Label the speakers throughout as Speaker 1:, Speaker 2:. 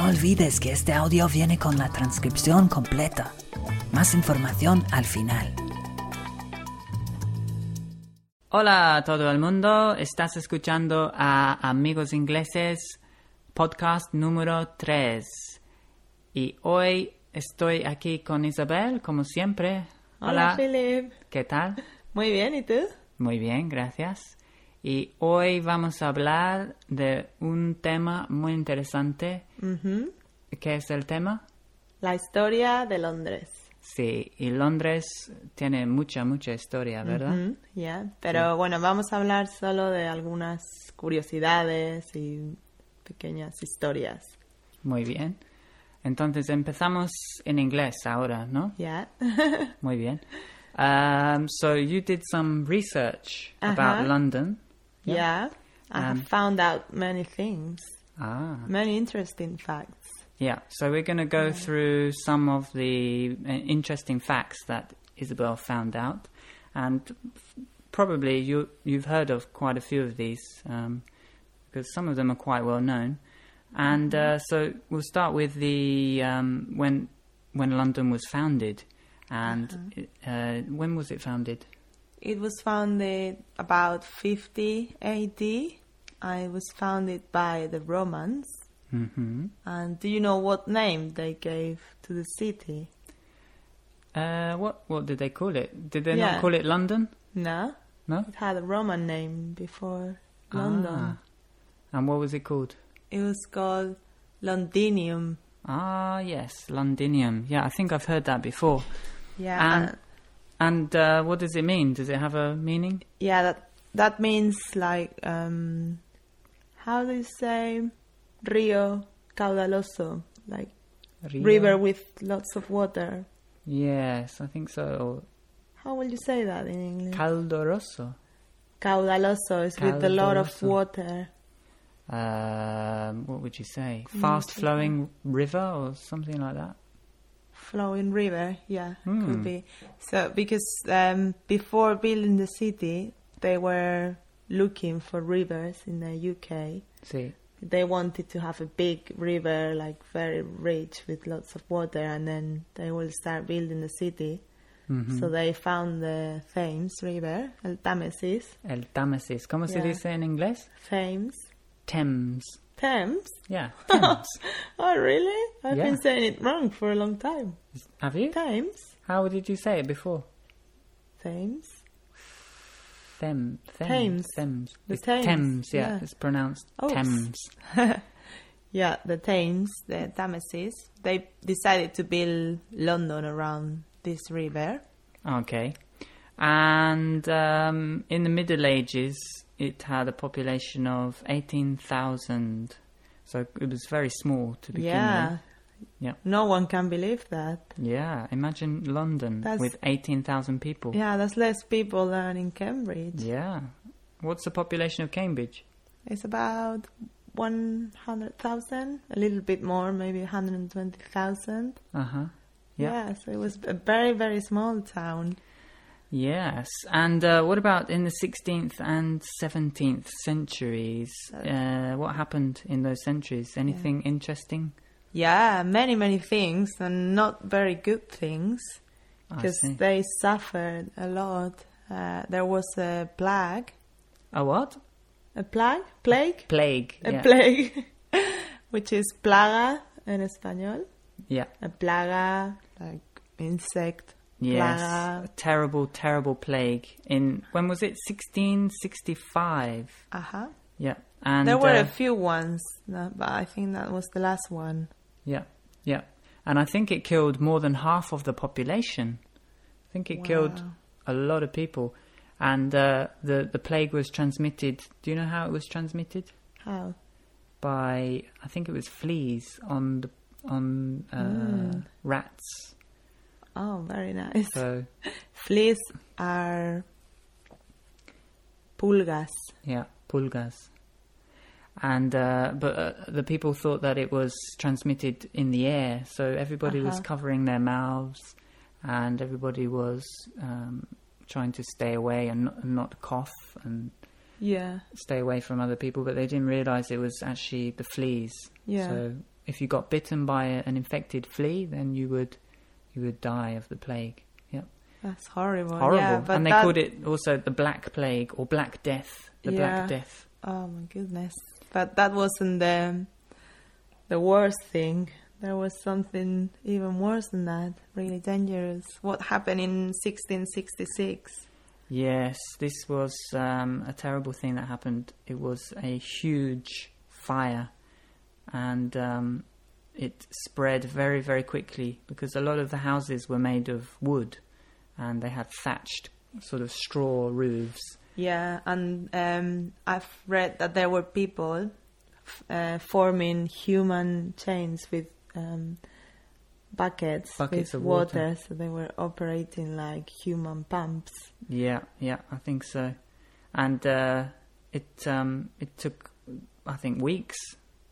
Speaker 1: olvides que este audio viene con la transcripción completa. Más información al final.
Speaker 2: Hola a todo el mundo, estás escuchando a Amigos Ingleses, podcast número 3. Y hoy estoy aquí con Isabel, como siempre.
Speaker 3: Hola, Philip.
Speaker 2: ¿Qué tal?
Speaker 3: Muy bien, ¿y tú?
Speaker 2: Muy bien, gracias. Y hoy vamos a hablar de un tema muy interesante.
Speaker 3: Ujú.
Speaker 2: ¿Qué es el tema?
Speaker 3: La historia de Londres.
Speaker 2: Sí, y Londres tiene mucha, mucha historia, ¿verdad?
Speaker 3: Ujú, ya. Pero bueno, vamos a hablar solo de algunas curiosidades y pequeñas historias.
Speaker 2: Muy bien. Entonces empezamos en inglés ahora, ¿no?
Speaker 3: Ya.
Speaker 2: Muy bien. Um, so you did some research about
Speaker 3: Ajá.
Speaker 2: London.
Speaker 3: Yeah. I have found out many things,
Speaker 2: Ah,
Speaker 3: many interesting facts.
Speaker 2: yeah. So we're going to go through some of the uh, interesting facts that Isabel found out, and f- probably you you've heard of quite a few of these um, because some of them are quite well known. And uh, so we'll start with the um, when when London was founded, and uh, when was it founded?
Speaker 3: It was founded about 50 AD. I was founded by the Romans.
Speaker 2: hmm
Speaker 3: And do you know what name they gave to the city?
Speaker 2: Uh, what what did they call it? Did they not
Speaker 3: Yeah.
Speaker 2: call it London?
Speaker 3: No?
Speaker 2: No.
Speaker 3: It had a Roman name before London.
Speaker 2: Ah. And what was it called?
Speaker 3: It was called Londinium.
Speaker 2: Ah, yes, Londinium. Yeah, I think I've heard that before.
Speaker 3: Yeah.
Speaker 2: And,
Speaker 3: and-
Speaker 2: and uh, what does it mean? Does it have a meaning?
Speaker 3: yeah, that that means like um how do you say Rio caudaloso, like
Speaker 2: Rio?
Speaker 3: river with lots of water.
Speaker 2: Yes, I think so.
Speaker 3: How will you say that in English?
Speaker 2: Caldoroso.
Speaker 3: caudaloso is with a lot of
Speaker 2: Caudaloso.
Speaker 3: water.
Speaker 2: Um, what would you say?
Speaker 3: Mm,
Speaker 2: Fast flowing river or something like that?
Speaker 3: flowing river. Yeah,
Speaker 2: Hmm.
Speaker 3: could be. So because um, before building the city, they were looking for rivers in the UK.
Speaker 2: See.
Speaker 3: They wanted to have a big river, like very rich with lots of water, and then they will start building the city.
Speaker 2: Mhm.
Speaker 3: So they found the Thames River, el Támesis,
Speaker 2: El Támesis. ¿Cómo se
Speaker 3: Yeah.
Speaker 2: dice en inglés?
Speaker 3: Thames,
Speaker 2: Thames.
Speaker 3: Thames.
Speaker 2: Yeah, Thames.
Speaker 3: Oh, really? I've
Speaker 2: Yeah.
Speaker 3: been saying it wrong for a long time.
Speaker 2: Have you?
Speaker 3: Thames,
Speaker 2: How did you say it before?
Speaker 3: Thames.
Speaker 2: Them, them,
Speaker 3: Thames.
Speaker 2: Thames.
Speaker 3: The
Speaker 2: It's
Speaker 3: Thames,
Speaker 2: Thames, yeah.
Speaker 3: yeah.
Speaker 2: It's pronounced
Speaker 3: Oh, s-
Speaker 2: Thames.
Speaker 3: Yeah, the Thames, the Thamesis, they decided to build London around this river.
Speaker 2: Okay. And um, in the Middle Ages, it had a population of 18,000. So it was very small to begin
Speaker 3: Yeah.
Speaker 2: with. Yeah.
Speaker 3: No one can believe that.
Speaker 2: Yeah. Imagine London
Speaker 3: That's-
Speaker 2: with 18,000 people.
Speaker 3: Yeah, that's less people than in Cambridge.
Speaker 2: Yeah. What's the population of Cambridge?
Speaker 3: It's about 100,000, a little bit more, maybe 120,000.
Speaker 2: Uh huh. Yeah.
Speaker 3: Yeah. so it was a very, very small town.
Speaker 2: Yes, and uh, what about in the 16th and 17th centuries? Uh, what happened in those centuries? Anything interesting?
Speaker 3: Yeah, many, many things, and not very good things,
Speaker 2: I
Speaker 3: because
Speaker 2: see.
Speaker 3: they suffered a lot. Uh, there was a plague.
Speaker 2: A what?
Speaker 3: A plague? Plague?
Speaker 2: Plague.
Speaker 3: A
Speaker 2: yeah.
Speaker 3: plague, which is plaga in español.
Speaker 2: Yeah.
Speaker 3: A plaga, like insect.
Speaker 2: Yes.
Speaker 3: Plaga.
Speaker 2: A terrible, terrible plague. In when was it? 1665.
Speaker 3: Uh-huh.
Speaker 2: Yeah. And
Speaker 3: there were
Speaker 2: uh,
Speaker 3: a few ones, no, but I think that was the last one.
Speaker 2: yeah, yeah. And I think it killed more than half of the population. I think it killed
Speaker 3: Wow.
Speaker 2: a lot of people. And uh, the the plague was transmitted. Do you know how it was transmitted?
Speaker 3: How?
Speaker 2: by I think it was fleas on the on uh, rats.
Speaker 3: Oh, very nice.
Speaker 2: So
Speaker 3: Fleas are pulgas.
Speaker 2: yeah, pulgas. And uh, but uh, the people thought that it was transmitted in the air, so everybody was
Speaker 3: Uh-huh.
Speaker 2: covering their mouths, and everybody was um, trying to stay away and not, not cough and
Speaker 3: Yeah.
Speaker 2: stay away from other people. But they didn't realise it was actually the fleas.
Speaker 3: Yeah.
Speaker 2: So if you got bitten by a, an infected flea, then you would you would die of the plague. Yep,
Speaker 3: That's horrible.
Speaker 2: horrible.
Speaker 3: Yeah, but
Speaker 2: and they
Speaker 3: that-
Speaker 2: called it also the Black Plague or Black Death. The
Speaker 3: Yeah.
Speaker 2: Black Death.
Speaker 3: Oh my goodness! But that wasn't the the worst thing. There was something even worse than that. Really dangerous. What happened in 1666?
Speaker 2: Yes, this was um, a terrible thing that happened. It was a huge fire, and um, it spread very, very quickly because a lot of the houses were made of wood, and they had thatched sort of straw roofs.
Speaker 3: Yeah, and um, I've read that there were people f- uh, forming human chains with um, buckets,
Speaker 2: Buckets
Speaker 3: with
Speaker 2: of water.
Speaker 3: So they were operating like human pumps.
Speaker 2: Yeah, yeah, I think so. And uh, it um, it took, I think, weeks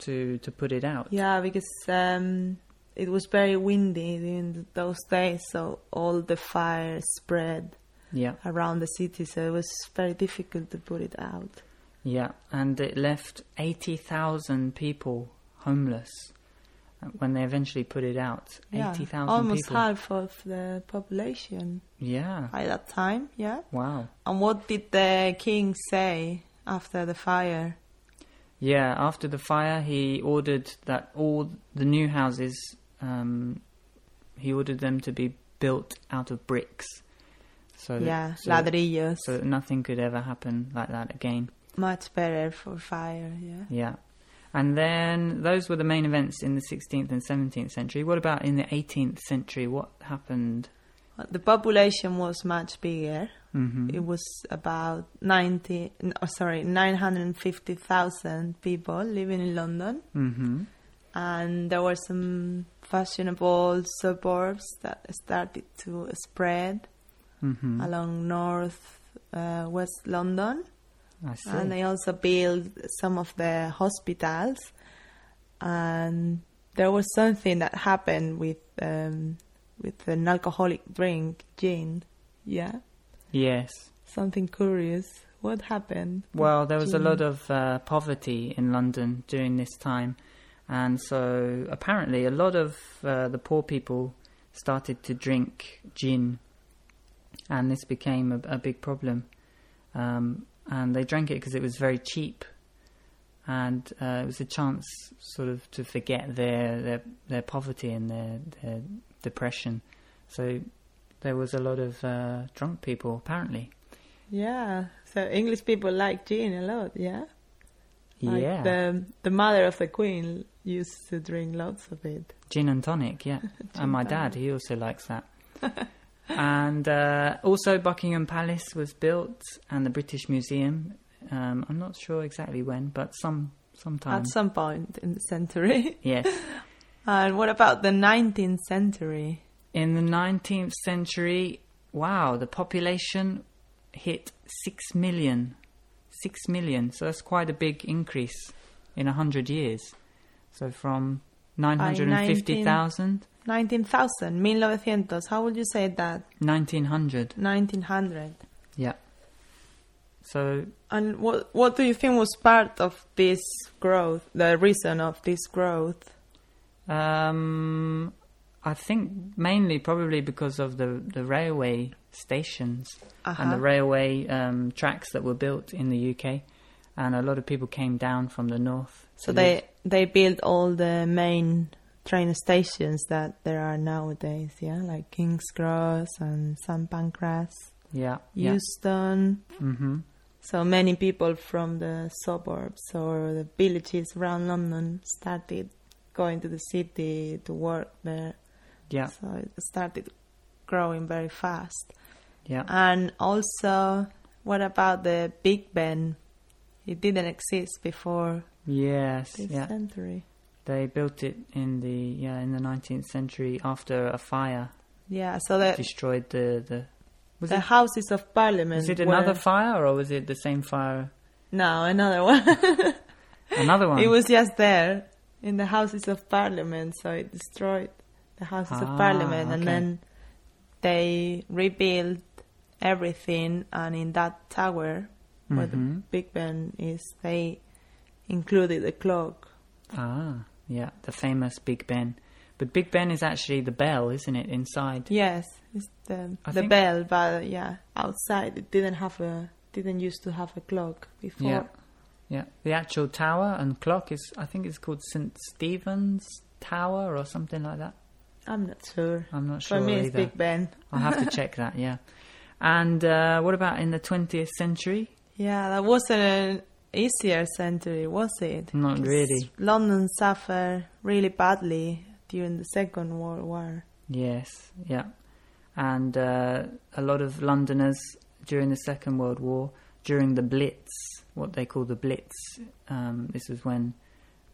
Speaker 2: to to put it out.
Speaker 3: Yeah, because um, it was very windy in those days, so all the fire spread
Speaker 2: yeah.
Speaker 3: around the city, so it was very difficult to put it out.
Speaker 2: Yeah, and it left 80,000 people homeless uh, when they eventually put it out.
Speaker 3: Yeah,
Speaker 2: 80,000
Speaker 3: almost
Speaker 2: people.
Speaker 3: half of the population
Speaker 2: Yeah,
Speaker 3: by that time. Yeah.
Speaker 2: wow.
Speaker 3: And what did the king say after the fire?
Speaker 2: Yeah, after the fire, he ordered that all the new houses, um, he ordered them to be built out of bricks. So that-
Speaker 3: yeah,
Speaker 2: so,
Speaker 3: ladrillos.
Speaker 2: so that nothing could ever happen like that again.
Speaker 3: Much better for fire, yeah.
Speaker 2: Yeah. And then those were the main events in the 16th and 17th century. What about in the 18th century? What happened?
Speaker 3: The population was much bigger.
Speaker 2: hmm
Speaker 3: It was about 90, n- oh, sorry, 950,000 people living in London.
Speaker 2: hmm
Speaker 3: And there were some fashionable suburbs that started to spread
Speaker 2: hmm
Speaker 3: along north, uh, west London.
Speaker 2: I see.
Speaker 3: And they also built some of the hospitals. And there was something that happened with um, with an alcoholic drink, gin. Yeah,
Speaker 2: yes.
Speaker 3: something curious. What happened?
Speaker 2: Well, there was a
Speaker 3: Gin.
Speaker 2: lot of uh, poverty in London during this time, and so apparently a lot of uh, the poor people started to drink gin, and this became a, a big problem. Um, and they drank it because it was very cheap, and uh, it was a chance, sort of, to forget their their, their poverty and their, their depression. So there was a lot of uh, drunk people, apparently.
Speaker 3: Yeah, so English people like gin a lot. Yeah, Like
Speaker 2: yeah.
Speaker 3: The the mother of the queen used to drink lots of it.
Speaker 2: Gin and tonic, yeah.
Speaker 3: Gin
Speaker 2: and my
Speaker 3: tonic.
Speaker 2: dad, he also likes that. and uh, also, Buckingham Palace was built, and the British Museum. Um, I'm not sure exactly when, but some sometime.
Speaker 3: At some point in the century.
Speaker 2: yes.
Speaker 3: and what about the 19th century?
Speaker 2: In the 19th century, wow, the population hit 6 million. 6 million. So that's quite a big increase in 100 years. So from 950,000,
Speaker 3: 19,000, 1900. How would you say that?
Speaker 2: 1900.
Speaker 3: 1900.
Speaker 2: Yeah. So
Speaker 3: And what what do you think was part of this growth? The reason of this growth?
Speaker 2: Um, I think mainly probably because of the, the railway stations
Speaker 3: Uh-huh.
Speaker 2: and the railway um, tracks that were built in the UK, and a lot of people came down from the north.
Speaker 3: so
Speaker 2: to
Speaker 3: they they built all the main train stations that there are nowadays. Yeah, like King's Cross and St Pancras,
Speaker 2: live- yeah, yeah,
Speaker 3: Euston.
Speaker 2: hmm
Speaker 3: So many people from the suburbs or the villages around London started going to the city to work there.
Speaker 2: yeah,
Speaker 3: So it started growing very fast.
Speaker 2: yeah.
Speaker 3: And also, what about the Big Ben? It didn't exist before
Speaker 2: Yes,
Speaker 3: this
Speaker 2: yeah.
Speaker 3: century.
Speaker 2: They built it in the yeah in the nineteenth century after a fire
Speaker 3: Yeah, so the,
Speaker 2: destroyed the the. Was
Speaker 3: Uh, the
Speaker 2: it,
Speaker 3: Houses of Parliament.
Speaker 2: was it
Speaker 3: were-
Speaker 2: another fire or was it the same fire?
Speaker 3: No, another one.
Speaker 2: Another one.
Speaker 3: it was just there in the Houses of Parliament, so it destroyed the Houses of
Speaker 2: Ah,
Speaker 3: Parliament. And
Speaker 2: okay.
Speaker 3: then they rebuilt everything, and in that tower where the
Speaker 2: Mhm.
Speaker 3: Big Ben is, they included the clock.
Speaker 2: Ah, Yeah, the famous Big Ben. But Big Ben is actually the bell, isn't it? Inside.
Speaker 3: Yes, it's the
Speaker 2: I
Speaker 3: the
Speaker 2: think-
Speaker 3: bell, but yeah, outside it didn't have a didn't used to have a clock before.
Speaker 2: Yeah. Yeah. The actual tower and clock is, I think it's called St. Stephen's Tower or something like that.
Speaker 3: I'm not sure.
Speaker 2: I'm not
Speaker 3: For
Speaker 2: sure
Speaker 3: me, it's
Speaker 2: either.
Speaker 3: Big Ben.
Speaker 2: I'll have to check that, yeah. And uh, what about in the 20th century?
Speaker 3: Yeah, that wasn't an easier century, was it?
Speaker 2: Not
Speaker 3: 'Cause
Speaker 2: really.
Speaker 3: London suffered really badly during the Second World War.
Speaker 2: Yes, yeah. And uh, a lot of Londoners during the Second World War, during the Blitz, what they call the Blitz, um, this was when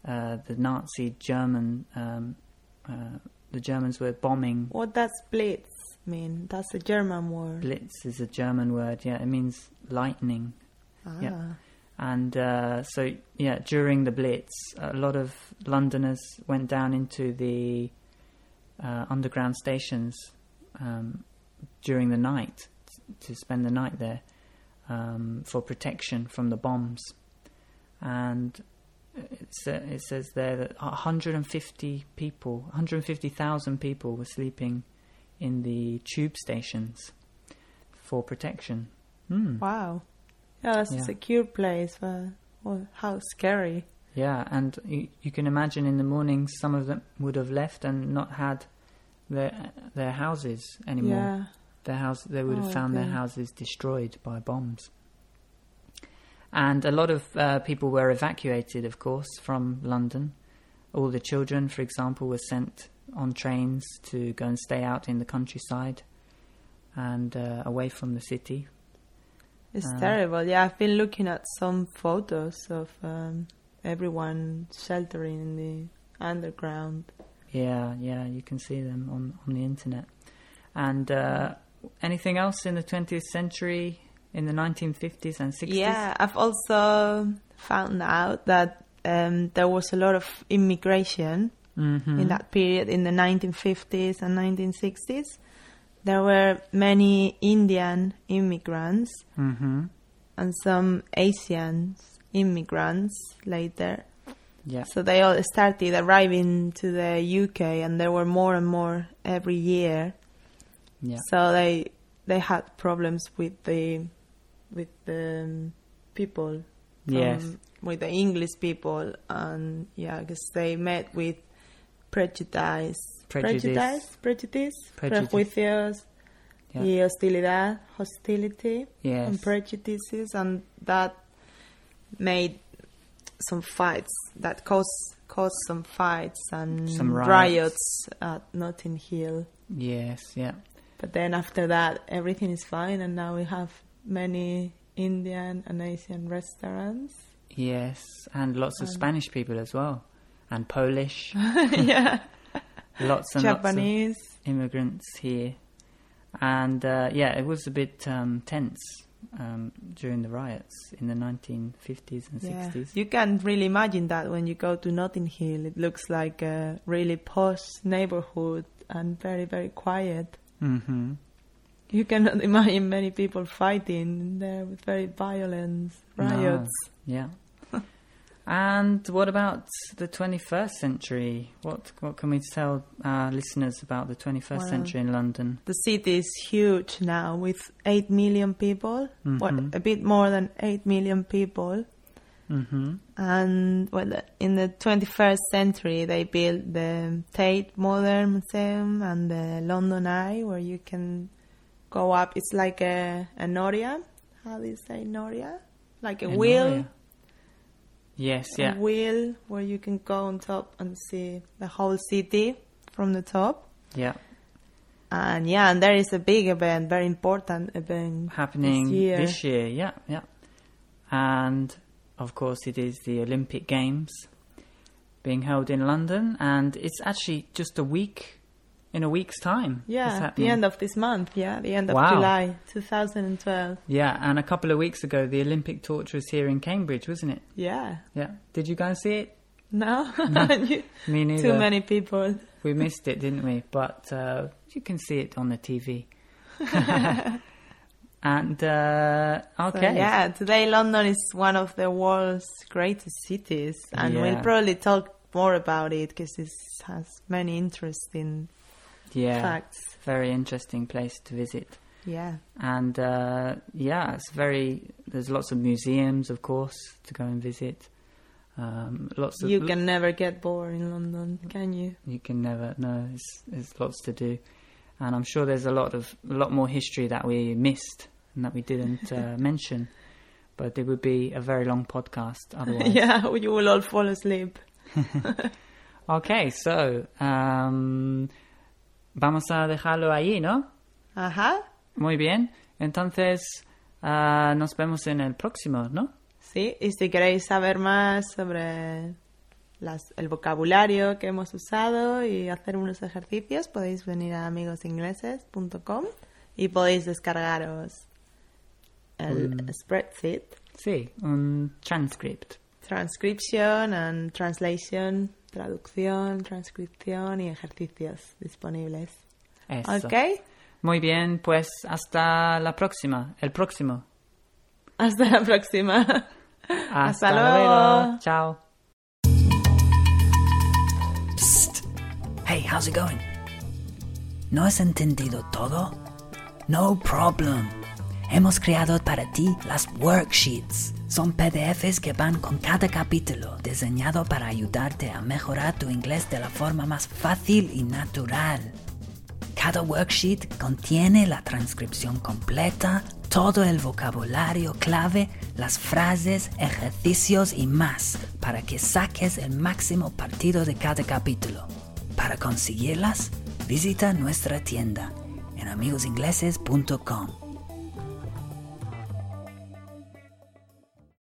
Speaker 2: uh, the Nazi German, um, uh, the Germans were bombing.
Speaker 3: What does Blitz mean? That's a German word.
Speaker 2: Blitz is a German word, yeah, it means lightning.
Speaker 3: ah.
Speaker 2: yeah. And uh, so, yeah, during the Blitz, a lot of Londoners went down into the uh, underground stations um, during the night to spend the night there um, for protection from the bombs. And it, sa- it says there that 150 people, 150,000 people were sleeping in the tube stations for protection. Hmm.
Speaker 3: Wow. Yeah, that's
Speaker 2: Yeah.
Speaker 3: a secure place, but well, how scary.
Speaker 2: Yeah, and you, you can imagine in the morning some of them would have left and not had their their houses anymore.
Speaker 3: Yeah.
Speaker 2: Their house they would
Speaker 3: Oh,
Speaker 2: have found
Speaker 3: okay.
Speaker 2: their houses destroyed by bombs. And a lot of uh, people were evacuated, of course, from London. All the children, for example, were sent on trains to go and stay out in the countryside and uh, away from the city
Speaker 3: It's
Speaker 2: Uh,
Speaker 3: terrible. Yeah, I've been looking at some photos of um, everyone sheltering in the underground.
Speaker 2: Yeah, yeah, you can see them on, on the internet. And uh, anything else in the 20th century, in the 1950s and 60s?
Speaker 3: Yeah, I've also found out that um, there was a lot of immigration
Speaker 2: Mhm.
Speaker 3: in that period in the 1950s and 1960s. There were many Indian immigrants
Speaker 2: Mhm.
Speaker 3: and some Asian immigrants later.
Speaker 2: Yeah,
Speaker 3: So they all started arriving to the UK, and there were more and more every year.
Speaker 2: yeah,
Speaker 3: So they they had problems with the with the um, people, from-
Speaker 2: yes,
Speaker 3: with the English people, and yeah, because they met with prejudice,
Speaker 2: Prejudice.
Speaker 3: prejudice, prejudice,
Speaker 2: Prejudice.
Speaker 3: prejuicios,
Speaker 2: Yeah.
Speaker 3: y hostilidad, hostility
Speaker 2: yes.
Speaker 3: and prejudices, and that made some fights that caused caused some fights and
Speaker 2: Some riots.
Speaker 3: riots. at Notting Hill.
Speaker 2: yes, yeah,
Speaker 3: But then after that, everything is fine, and now we have many Indian and Asian restaurants.
Speaker 2: yes. And lots
Speaker 3: Um,
Speaker 2: of Spanish people as well, and Polish.
Speaker 3: yeah,
Speaker 2: lots and lots of
Speaker 3: Japanese.
Speaker 2: immigrants here. And uh, yeah, it was a bit um, tense um, during the riots in the 1950s and
Speaker 3: Yeah.
Speaker 2: 60s.
Speaker 3: You can't really imagine that when you go to Notting Hill. It looks like a really posh neighborhood and very, very quiet.
Speaker 2: hmm
Speaker 3: You cannot imagine many people fighting there with very violent riots.
Speaker 2: Yeah. and what about the 21st century? What what can we tell our listeners about the 21st
Speaker 3: Well-
Speaker 2: century in London?
Speaker 3: The city is huge now with 8 million people, what,
Speaker 2: Mhm.
Speaker 3: a bit more than 8 million people. mm-hmm.
Speaker 2: hmm
Speaker 3: And well, in the 21st century, they built the Tate Modern Museum and the London Eye, where you can go up. It's like a, a noria. How do you say noria? Like a wheel.
Speaker 2: Yes,
Speaker 3: a
Speaker 2: yeah.
Speaker 3: wheel where you can go on top and see the whole city from the top.
Speaker 2: Yeah.
Speaker 3: And yeah, and there is a big event, very important event
Speaker 2: Happening
Speaker 3: this year.
Speaker 2: yeah, yeah. And of course it is the Olympic Games being held in London and it's actually just a week in a week's time. it's
Speaker 3: Yeah, the
Speaker 2: happening.
Speaker 3: end of this month. Yeah, the end of
Speaker 2: Wow.
Speaker 3: July 2012.
Speaker 2: Yeah, and a couple of weeks ago the Olympic torch was here in Cambridge, wasn't it?
Speaker 3: Yeah.
Speaker 2: Yeah. Did you guys see it?
Speaker 3: No, You-
Speaker 2: Mm-hmm. Me neither.
Speaker 3: too many people.
Speaker 2: We missed it, didn't we? But uh, you can see it on the TV. and uh,
Speaker 3: So,
Speaker 2: okay,
Speaker 3: yeah, today London is one of the world's greatest cities, and
Speaker 2: Yeah.
Speaker 3: we'll probably talk more about it because it has many interesting
Speaker 2: Yeah,
Speaker 3: facts.
Speaker 2: very interesting place to visit.
Speaker 3: Yeah.
Speaker 2: And uh, yeah, it's very. There's lots of museums, of course, to go and visit. Um, lots of
Speaker 3: you can never get bored in London, can you?
Speaker 2: you can never know. It's, there's lots to do, and I'm sure there's a lot of a lot more history that we missed and that we didn't uh, mention. But it would be a very long podcast otherwise.
Speaker 3: yeah, you will all fall asleep.
Speaker 2: Okay, so um, vamos a dejarlo ahí, ¿no?
Speaker 3: Ajá.
Speaker 2: Muy bien. Entonces ah, nos vemos en el próximo, ¿no?
Speaker 3: Sí, y si queréis saber más sobre las- el vocabulario que hemos usado y hacer unos ejercicios, podéis venir a amigosingleses.com y podéis descargaros el spreadsheet,
Speaker 2: Sí, un transcript.
Speaker 3: transcription and translation, traducción, transcripción y ejercicios disponibles.
Speaker 2: Eso.
Speaker 3: ¿Ok?
Speaker 2: Muy bien, pues hasta la próxima, el próximo.
Speaker 3: Hasta la próxima.
Speaker 2: Hasta,
Speaker 3: luego.
Speaker 2: luego. Chao.
Speaker 1: Psst. Hey, how's it going? ¿No has entendido todo? No problem. Hemos creado para ti las worksheets. Son PDFs que van con cada capítulo, diseñado para ayudarte a mejorar tu inglés de la forma más fácil y natural. Cada worksheet contiene la transcripción completa, todo el vocabulario clave, las frases, ejercicios y más para que saques el máximo partido de cada capítulo. Para conseguirlas, visita nuestra tienda en amigosingleses.com.